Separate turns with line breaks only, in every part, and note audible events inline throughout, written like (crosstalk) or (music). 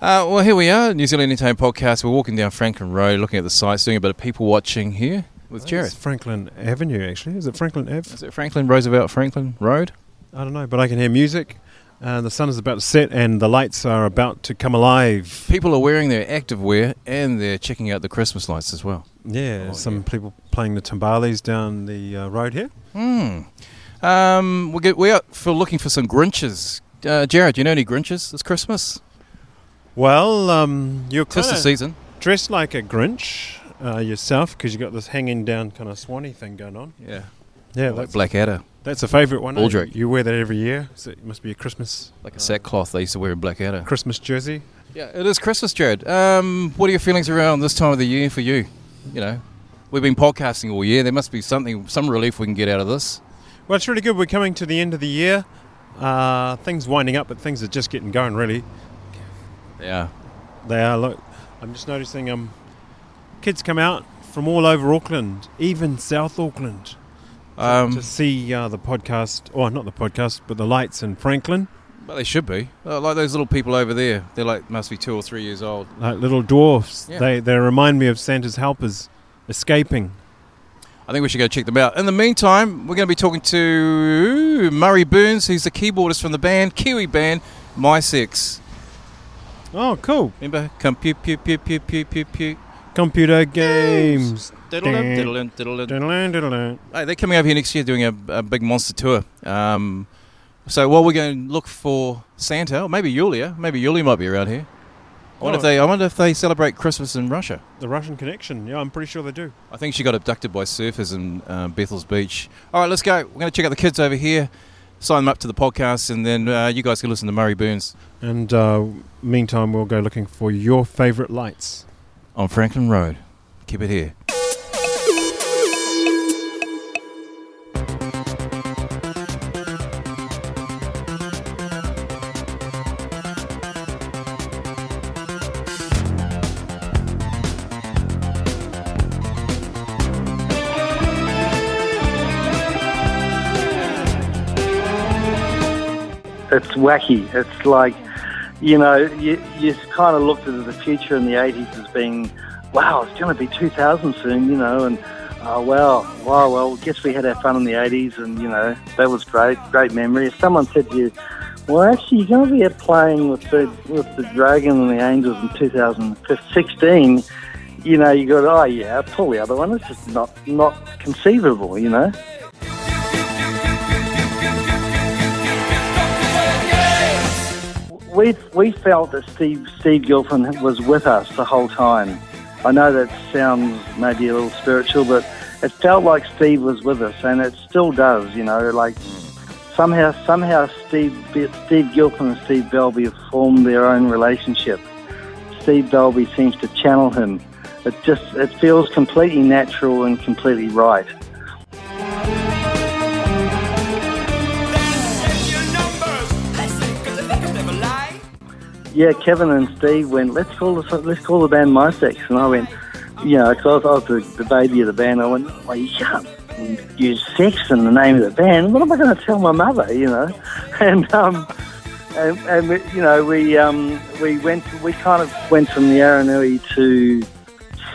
Uh, well, here we are, New Zealand Entertainment Podcast. We're walking down Franklin Road, looking at the sights, doing a bit of people watching here with Jared.
It's Franklin Avenue, actually. Is it Franklin Ave?
Is it Franklin Roosevelt Franklin Road?
I don't know, but I can hear music. Uh, the sun is about to set, and the lights are about to come alive.
People are wearing their active wear and they're checking out the Christmas lights as well.
Yeah,
Oh,
some
yeah.
people playing the timbales down the uh, road here.
Hmm. Um, we're, get, we're out for looking for some Grinches. Uh, Jared, do you know any Grinches this Christmas?
Well, um, you're
Tis the
kinda
season.
dressed like a Grinch uh, yourself because you got this hanging down kind of swanny thing going on.
Yeah.
Yeah,
Like
that's,
Blackadder,
that's a favourite one. eh?
Baldrick.
You wear that every year. So it must be a Christmas
like a sackcloth they used to wear in Blackadder.
Christmas jersey.
Yeah, it is Christmas, Jared. Um, what are your feelings around this time of the year for you? You know, we've been podcasting all year. There must be something, some relief we can get out of this.
Well, it's really good. We're coming to the end of the year. Uh, things winding up, but things are just getting going, really.
Yeah.
They are. Look, I'm just noticing um, kids come out from all over Auckland, even South Auckland, to,
Um,
to see uh, the podcast, or not the podcast, but the lights in Franklin.
but they should be. Uh, like those little people over there. They're like, must be two or three years old.
Like little dwarfs.
Yeah.
They, they remind me of Santa's helpers escaping.
I think we should go check them out. In the meantime, we're going to be talking to Murray Burns, who's the keyboardist from the band, Kiwi band, My Sex.
Oh, cool.
Remember? Come pew pew pew pew pew pew pew.
Computer games.
Diddle-dum, diddle-dum, diddle-dum.
Diddle-dum, diddle-dum.
Hey, they're coming over here next year doing a, a big monster tour. Um, so while we're going to look for Santa, or maybe Yulia, maybe Yulia might be around here. I wonder, if they, I wonder if they celebrate Christmas in Russia.
The Russian connection. Yeah, I'm pretty sure they do.
I think she got abducted by surfers in uh, Bethel's Beach. All right, let's go. We're going to check out the kids over here, sign them up to the podcast, and then uh, you guys can listen to Murray Burns
And uh, meantime, we'll go looking for your favourite lights. (laughs)
on Franklin Road. Keep it here.
it's wacky. It's like, you know, you, you kind of looked at the future in the 80s as being, wow, it's going to be 2000 soon, you know, and oh, wow, wow, well, guess we had our fun in the 80s and, you know, that was great, great memory. If someone said to you, well, actually, you're going to be out playing with the, with the Dragon and the Angels in 2016, you know, you go, oh, yeah, pull the other one. It's just not, not conceivable, you know? we we felt that Steve Steve Gilpin was with us the whole time. I know that sounds maybe a little spiritual, but it felt like Steve was with us, and it still does. You know, like somehow somehow Steve Be- Steve Gilpin and Steve Belby have formed their own relationship. Steve Belby seems to channel him. It just it feels completely natural and completely right. yeah, Kevin and Steve went, let's call the let's call the band My Sex, and I went, you know, 'cause I was, I was the, the baby of the band. I went, well, you can't use sex in the name of the band. What am I going to tell my mother? You know, (laughs) and um, and, and we, you know, we um, we went we kind of went from the Aranui to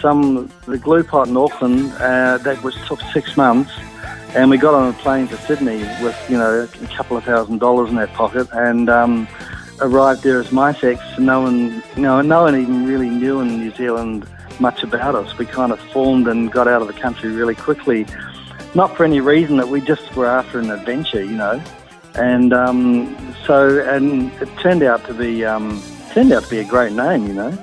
some the glue pot in Auckland uh, that was took six months. And we got on a plane to Sydney with, you know, a couple of thousand dollars in our pocket, and um, arrived there as my sex, no one, no, no one even really knew in New Zealand much about us. We kind of formed and got out of the country really quickly, not for any reason that we just were after an adventure, you know. And um, so, and it turned out to be um, turned out to be a great name, you know.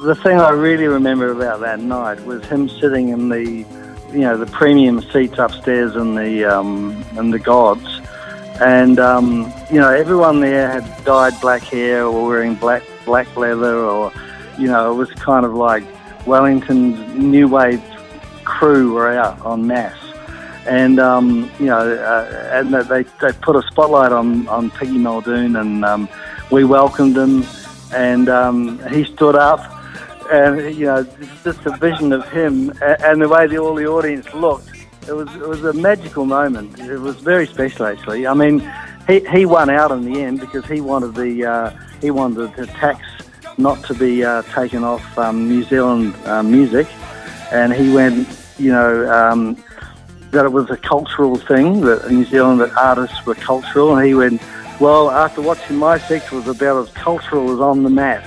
The thing I really remember about that night was him sitting in the, you know, the premium seats upstairs in the um, in the gods, and um, you know everyone there had dyed black hair or wearing black black leather or you know it was kind of like Wellington's new wave crew were out en masse and um, you know uh, and they, they put a spotlight on on Piggy Muldoon and um, we welcomed him and um, he stood up and you know just the vision of him a- and the way the, all the audience looked it was it was a magical moment. It was very special, actually. I mean, he, he won out in the end because he wanted the uh, he wanted the tax not to be uh, taken off um, New Zealand uh, music, and he went, you know, um, that it was a cultural thing that in New Zealand that artists were cultural, and he went, well, after watching my sex was about as cultural as on the mat.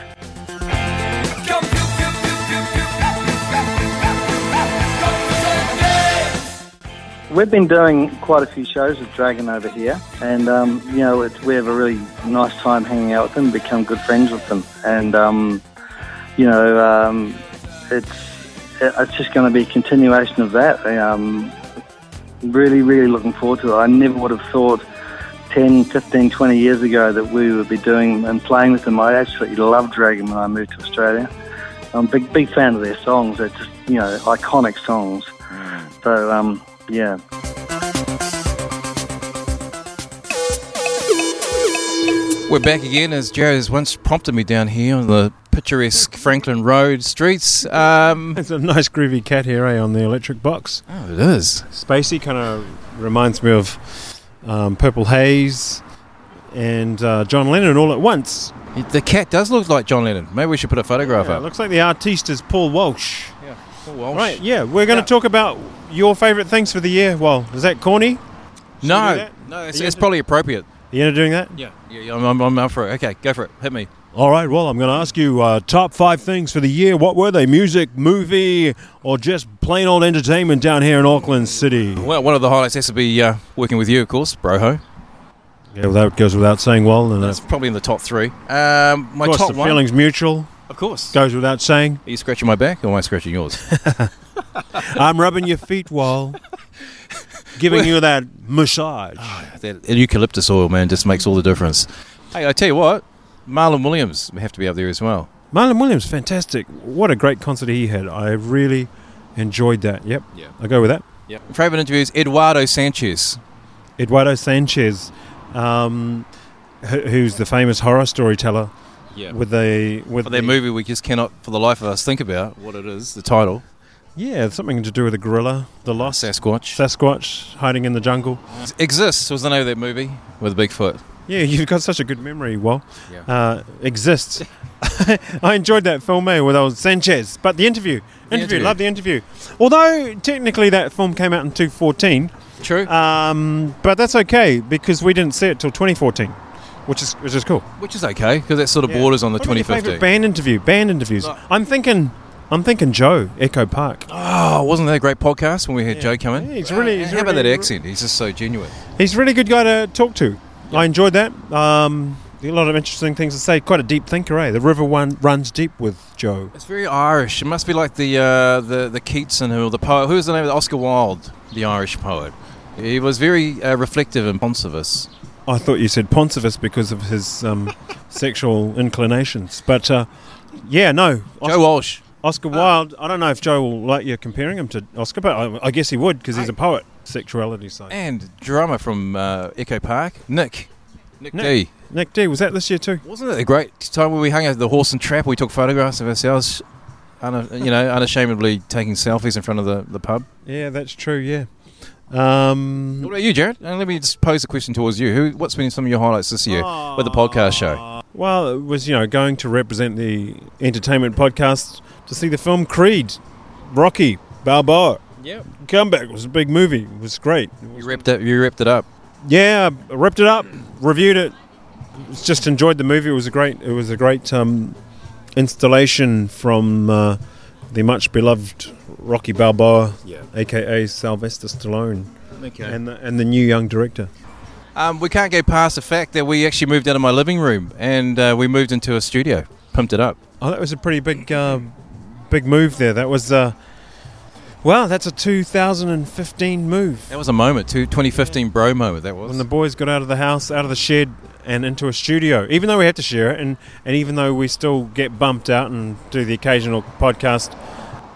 We've been doing quite a few shows with Dragon over here, and um, you know it's, we have a really nice time hanging out with them, become good friends with them, and um, you know um, it's it- it's just going to be a continuation of that. Um, really, really looking forward to it. I never would have thought 10, 15, 20 years ago that we would be doing and playing with them. I absolutely loved Dragon when I moved to Australia. I'm a big, big fan of their songs. They're just you know iconic songs. So um, yeah.
We're back again, as Jared has once prompted me down here on the picturesque Franklin Road streets. Um,
It's a nice groovy cat here, eh, on the electric box.
oh, it is.
Spacey kind of reminds me of um, Purple Haze and uh, John Lennon all at once.
The cat does look like John Lennon. Maybe we should put a photograph
Yeah, it
up.
looks like the artiste is Paul Walsh.
Yeah, Paul Walsh.
Right, yeah, we're going to
Yeah.
talk about your favourite things for the year. Well, is that corny? Should we do
No,
that?
no, it's,
Are you
it's
into-
probably appropriate.
You into doing that?
Yeah, yeah, yeah, I'm, I'm, I'm up for it. Okay, go for it. Hit me.
All right, well, I'm going to ask you uh, top five things for the year. What were they? Music, movie, or just plain old entertainment down here in Auckland City?
Well, one of the highlights has to be uh, working with you, of course, Broho.
Yeah, well, that goes without saying. Well, then
That's
that's
probably in the top three. Um, my
of course,
top
the
one,
feelings mutual
of course.
goes without saying.
Are you scratching my back, or am I scratching yours? (laughs)
I'm rubbing your feet while giving you that massage.
that eucalyptus oil, man, just makes all the difference. Hey, I tell you what, Marlon Williams may have to be up there as well.
Marlon Williams, fantastic! What a great concert he had. I really enjoyed that. Yep,
Yeah.
I go with that.
Yeah. Favorite interviews: Eduardo Sanchez.
Eduardo Sanchez, um, who- who's the famous horror storyteller
Yeah.
with the with
for that
the-
movie we just cannot, for the life of us, think about what it is. The title:
Yeah, it's something to do with a gorilla, the lost
Sasquatch.
Sasquatch hiding in the jungle.
Exists was the name of that movie with Bigfoot.
Yeah, you've got such a good memory. Well,
Yeah.
uh, exists. (laughs) I enjoyed that film eh, with old Sanchez, but the interview, interview,
interview.
love the interview. Although technically that film came out in 2014,
True.
um, but that's okay because we didn't see it till 2014, which is which is cool.
Which is okay because that sort of borders on the
What about your favourite
2015.
band interview, band interviews.
Like-
I'm thinking, I'm thinking Joe Echo Park.
Oh, wasn't that a great podcast when we had Joe come in?
Yeah, he's really-
How
he's
about
really-
that accent? He's just so genuine.
He's a really good guy to talk to. I enjoyed that. Um, a lot of interesting things to say. Quite a deep thinker, eh? The river one runs deep with Joe.
It's very Irish. It must be like the uh, the the Keats and who the poet. Who was the name of the Oscar Wilde, the Irish poet? He was very uh, reflective and Ponsivus.
I thought you said Poncivus because of
(laughs)
his um, sexual inclinations, but uh, yeah, no. Os-
Joe Uh. Walsh.
Oscar Wilde. I don't know if Joe will like you comparing him to Oscar, but I, I guess he would because he's a poet. Sexuality side.
And drummer from uh, Echo Park, Nick. Nick,
Nick.
D.
Nick D was that this year too?
Wasn't it a great time when we hung out at the horse and trap? We took photographs of ourselves, un- you know, unashamedly taking selfies in front of the, the pub.
Yeah, that's true. Yeah.
What
Um,
about you, Jared? And let me just pose the question towards you. Who, what's been some of your highlights this year with the podcast show?
well, it was you know going to represent the entertainment podcast to see the film Creed, Rocky Balboa.
Yep.
Comeback was a big movie. It was great.
You ripped it. You ripped it up.
Yeah, I ripped it up, reviewed it. Just enjoyed the movie. It was a great. It was a great um, installation from uh, the much beloved Rocky Balboa,
Yeah.
aka Sylvester Stallone,
Okay.
and the, and the new young director.
Um, we can't go past the fact that we actually moved out of my living room and uh, we moved into a studio, pumped it up.
Oh, that was a pretty big, uh, big move there. That was. Uh, well, that's a 2015 move.
That was a moment, too, 2015 bro moment. That was.
When the boys got out of the house, out of the shed, and into a studio, even though we had to share it, and, and even though we still get bumped out and do the occasional podcast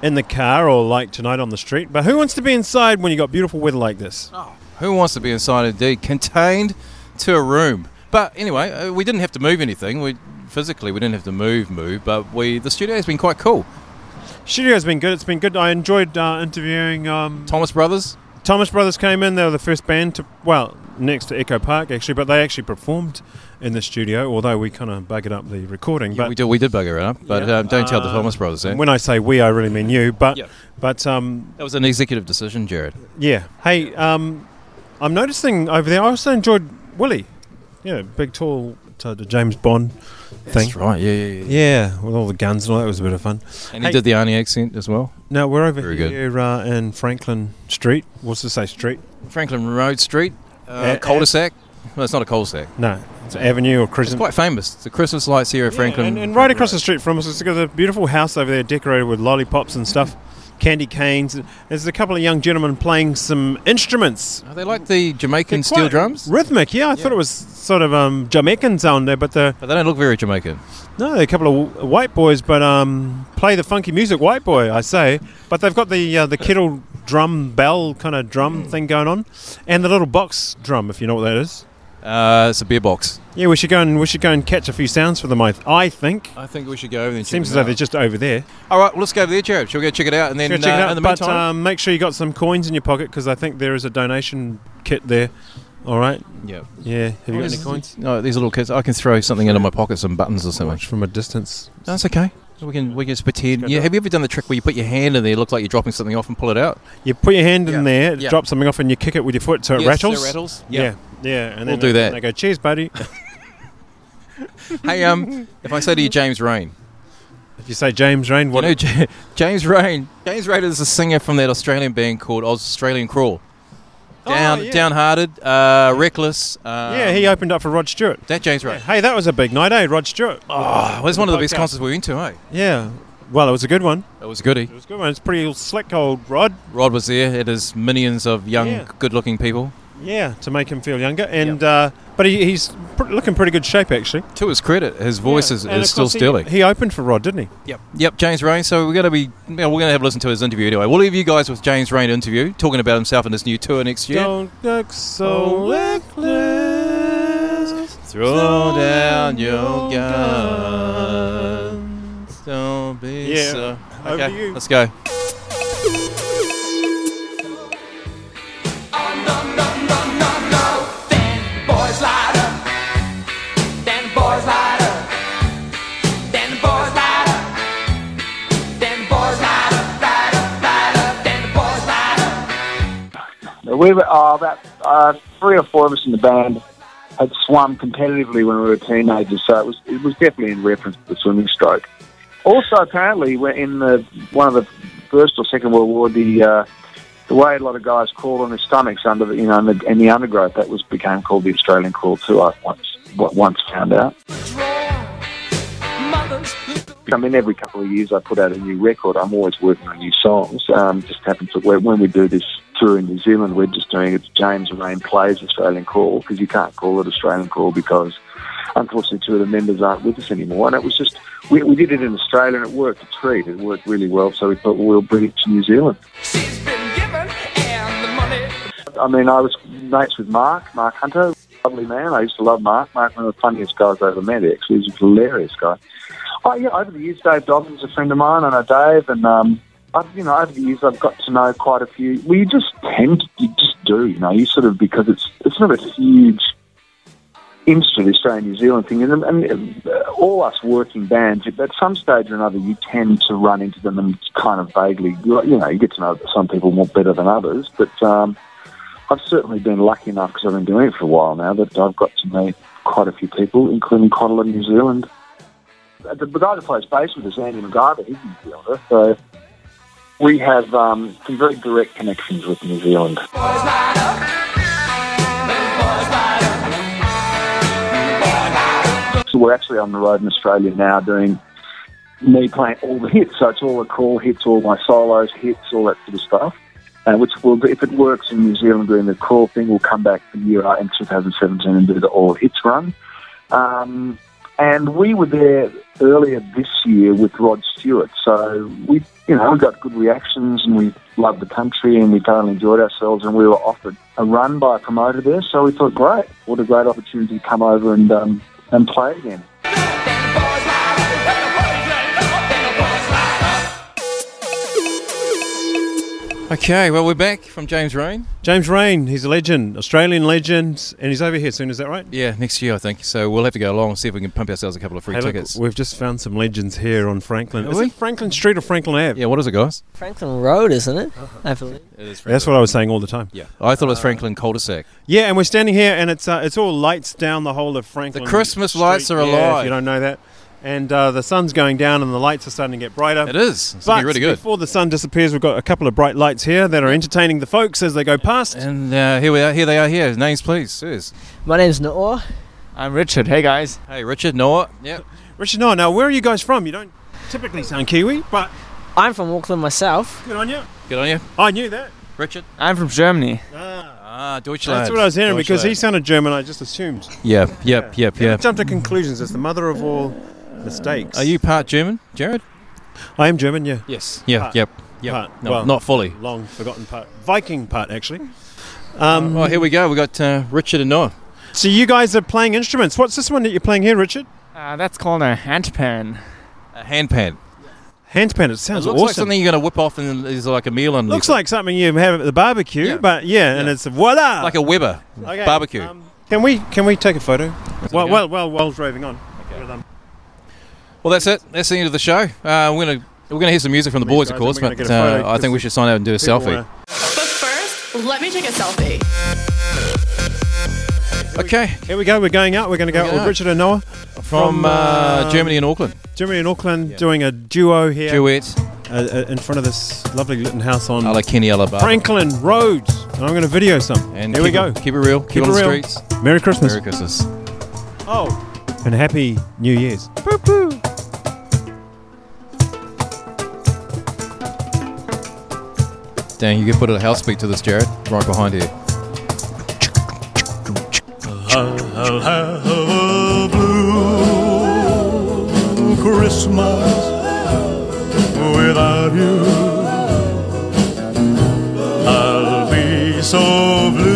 in the car or like tonight on the street, but who wants to be inside when you got beautiful weather like this?
Who wants to be inside a D contained to a room? But anyway, uh, we didn't have to move anything. We physically we didn't have to move, move. But we the studio has been quite cool.
Studio's been good. It's been good. I enjoyed uh, interviewing um,
Thomas Brothers,
Thomas Brothers came in. They were the first band to well next to Echo Park actually, but they actually performed in the studio. Although we kind of buggered up the recording.
Yeah,
but
we did we did bugger it up, but
Yeah.
um, don't tell the
Uh,
Thomas Brothers that.
when I say we, I really mean you. But
Yeah.
but um,
That was an executive decision, Jared.
Yeah. Hey, um, I'm noticing over there. I also enjoyed Willie. Yeah, big, tall, t- the James Bond thing.
That's right. Yeah, yeah, yeah.
Yeah, with all the guns and all that was a bit of fun.
And he
Hey.
did the Arnie accent as well.
Now we're over
Very good.
here uh, in Franklin Street. What's to say street?
Franklin Road Street, uh,
Uh,
cul-de-sac. Well, it's not a cul-de-sac.
No, it's avenue or
It's
crescent.
quite famous. The Christmas lights here at
Yeah,
Franklin.
and, and right across the street from us, it's got a beautiful house over there decorated with lollipops and stuff, candy canes. There's a couple of young gentlemen playing some instruments.
Are they like the Jamaican
They're
steel
quite
drums?
Rhythmic, yeah. I thought it was sort of um, Jamaican sound there, but the
But they don't look very Jamaican.
No, they're a couple of w- white boys, but um, play the funky music, white boy, I say. But they've got the uh, the kettle drum bell kind of drum
Hmm.
thing going on, and the little box drum, if you know what that is.
Uh, it's a beer box.
Yeah, we should go and we should go and catch a few sounds for them. I, th- I think
I think we should go over there. And
seems as
check it
though
out.
they're just over there.
All right, well, let's go over there, Jared. Shall we go check it out? And then
Go check it
uh,
out,
in the
but
meantime,
um, make sure you got some coins in your pocket because I think there is a donation kit there. All right,
yeah.
yeah. Have you got any
Yes.
coins?
No, these little kids. I can throw something into my pocket, some buttons or something.
Watch from a distance.
That's okay. We can we can just pretend.
go
Yeah,
do it.
have you ever done the trick where you put your hand in there, look like you're dropping something off, and pull it out?
You put your hand
Yeah,
in there,
yeah.
drop something off, and you kick it with your foot so it rattles.
Yeah.
Yeah, yeah, and
We'll
then
do
they-
that.
They go, "Cheers,
(laughs)
buddy."
Hey, um, if I say to you James Rain,
If you say James Rain,
you
what?
know J- James Rain. James Rain is a singer from that Australian band called Australian Crawl.
Oh,
Down,
yeah.
downhearted, uh, reckless. Um,
yeah, he opened up for Rod Stewart.
That James Rain.
Hey, that was a big night, eh, Rod Stewart?
Oh, it was one of the best
Podcast.
concerts we went to, eh?
Yeah. Well, it was a good one.
It was a goodie.
It was a good one. It's pretty slick old Rod.
Rod was there. It is minions of young,
Yeah.
good-looking people.
Yeah, to make him feel younger. And uh, but he, he's pr- looking pretty good shape actually.
To his credit, his voice
Yeah,
is,
and
is
of
still
course he-
sterling.
He, opened for Rod, didn't he?
Yep. Yep, James Rain. So we're going to be, you know, we're going to have a listen to his interview anyway. We'll leave you guys with James Rain interview, talking about himself and his new tour next year.
Don't look so reckless.
Throw down your gun. Don't be
Yeah.
so.
Over
Okay,
to you.
let's go.
Oh no no no no no! Then boys light up. Then boys light up. Then boys light up. Then boys light up, light up, light up. Then boys light up.
We were uh, about uh, three or four of us in the band had swum competitively when we were teenagers, so it was it was definitely in reference to the swimming stroke. Also, apparently, we're in the one of the first or second World War, the uh, the way a lot of guys crawled on their stomachs under the you know in the, in the undergrowth that was became called the Australian crawl too. I once what once found out.
Mothers.
I mean, every couple of years I put out a new record. I'm always working on new songs. Um, just happens that when when we do this tour in New Zealand, we're just doing it. James Rain plays Australian Call because you can't call it Australian Call because unfortunately two of the members aren't with us anymore. And it was just, we, we did it in Australia and it worked a treat. It worked really well. So we thought, well, we'll bring it to New Zealand.
She's been given and the money.
I mean, I was mates with Mark, Mark Hunter, lovely man. I used to love Mark. Mark, one of the funniest guys I ever met, actually. He's a hilarious guy. Oh, yeah, over the years, Dave Dobbins, a friend of mine, I know Dave, and, um, I've, you know, over the years, I've got to know quite a few. Well, you just tend to, you just do, you know, you sort of, because it's, it's not a huge industry, the Australian New Zealand thing, and, and uh, all us working bands, at some stage or another, you tend to run into them and kind of vaguely, you know, you get to know some people more better than others, but, um, I've certainly been lucky enough because I've been doing it for a while now that I've got to meet quite a few people, including quite a lot of New Zealand. Uh, The, the guy that plays bass with us, Andy MacGyver, he's New Zealander, so we have um, some very direct connections with New Zealand.
Boys light up. Then boys light up.
So we're actually on the road in Australia now doing me playing all the hits. So it's all the call hits, all my solos, hits, all that sort of stuff. Uh, which will, if it works in New Zealand doing the call thing, we'll come back the year out in 2017 and do the all hits run. Um, and we were there earlier this year with Rod Stewart, so we, you know, we got good reactions and we loved the country and we thoroughly enjoyed ourselves. And we were offered a run by a promoter there, so we thought, great, what a great opportunity to come over and um, and play again.
Then boys light up. Then boys light up. Then boys light up.
Okay, well, we're back from James Rain.
James Rain, he's a legend, Australian legend, and he's over here soon. Is that right?
Yeah, next year, I think. So we'll have to go along and see if we can pump ourselves a couple of free
Hey, look,
tickets.
we've just found some legends here on Franklin.
Are
Is
we?
it Franklin Street or Franklin Ave?
yeah, what is it, guys?
Franklin Road, isn't it? I believe.
It is
That's what I was saying all the time.
Yeah. I
Uh,
thought it was Franklin cul-de-sac.
Yeah, and we're standing here, and it's uh, it's all lights down the whole of Franklin.
Christmas lights are
Yeah,
alive.
if you don't know that, and uh, the sun's going down, and the lights are starting to get brighter.
It is. It's
But
looking really good.
before the sun disappears, we've got a couple of bright lights here that are entertaining the folks as they go past.
And uh, here we are. Here they are. Here, names, please. Serious.
My name's Noor.
I'm Richard. Hey guys.
Hey, Richard, Noah. Yep.
Richard, no, now where are you guys from? You don't typically sound Kiwi, but
I'm from Auckland myself.
good on you.
Good on you,
I knew that.
Richard.
I'm from Germany.
Ah, Deutschland.
That's what I was hearing because he sounded German. I just assumed.
Yep, yep, yep,
Yeah.
yep.
Jumped to conclusions. It's the mother of all mistakes.
Are you part German, Jared?
I am German. Yeah.
Yes. Yeah.
Part.
Yep. Yep.
Part.
No,
Well-
not fully.
Long forgotten part. Viking part actually. Um,
Well, here we go. We got uh, Richard and Noah.
so you guys are playing instruments. What's this one that you're playing here, Richard?
Uh, that's called a handpan.
A handpan.
Handpan. It
It
sounds
looks
awesome.
like something you're going to whip off and there's like a meal underneath.
looks like something you have at the barbecue,
Yeah.
but yeah, and
Yeah.
it's voila,
it. like a Weber
Okay,
barbecue.
um, can we can we take a photo? Well,
okay?
well, well, while driving on. um,
well, that's it. That's the end of the show. Uh, we're going to we're going to hear some music from the
Come here,
boys, of
guys,
course,
and we're
but
gonna get
uh,
a photo
I think we should sign out and do a
People uh,
selfie.
wanna-
But first, let me take a selfie.
Okay,
Here we go. We're going out. We're going to go out
We're
with
going
Richard and Noah
from uh, Germany and Auckland,
Germany and Auckland
Yeah.
doing a duo here
duet
uh, uh, in front of this lovely little house on
a la Kenny Alaba.
Franklin Road. And I'm going to video some.
And
here we
keep
go.
it- keep it real. Keep,
Keep
it on
it
the
real.
streets.
Merry Christmas.
Merry Christmas.
Oh, and happy New Year's.
Dang, you could put a house speak to this, Jared, right behind here.
without you. I'll be so blue.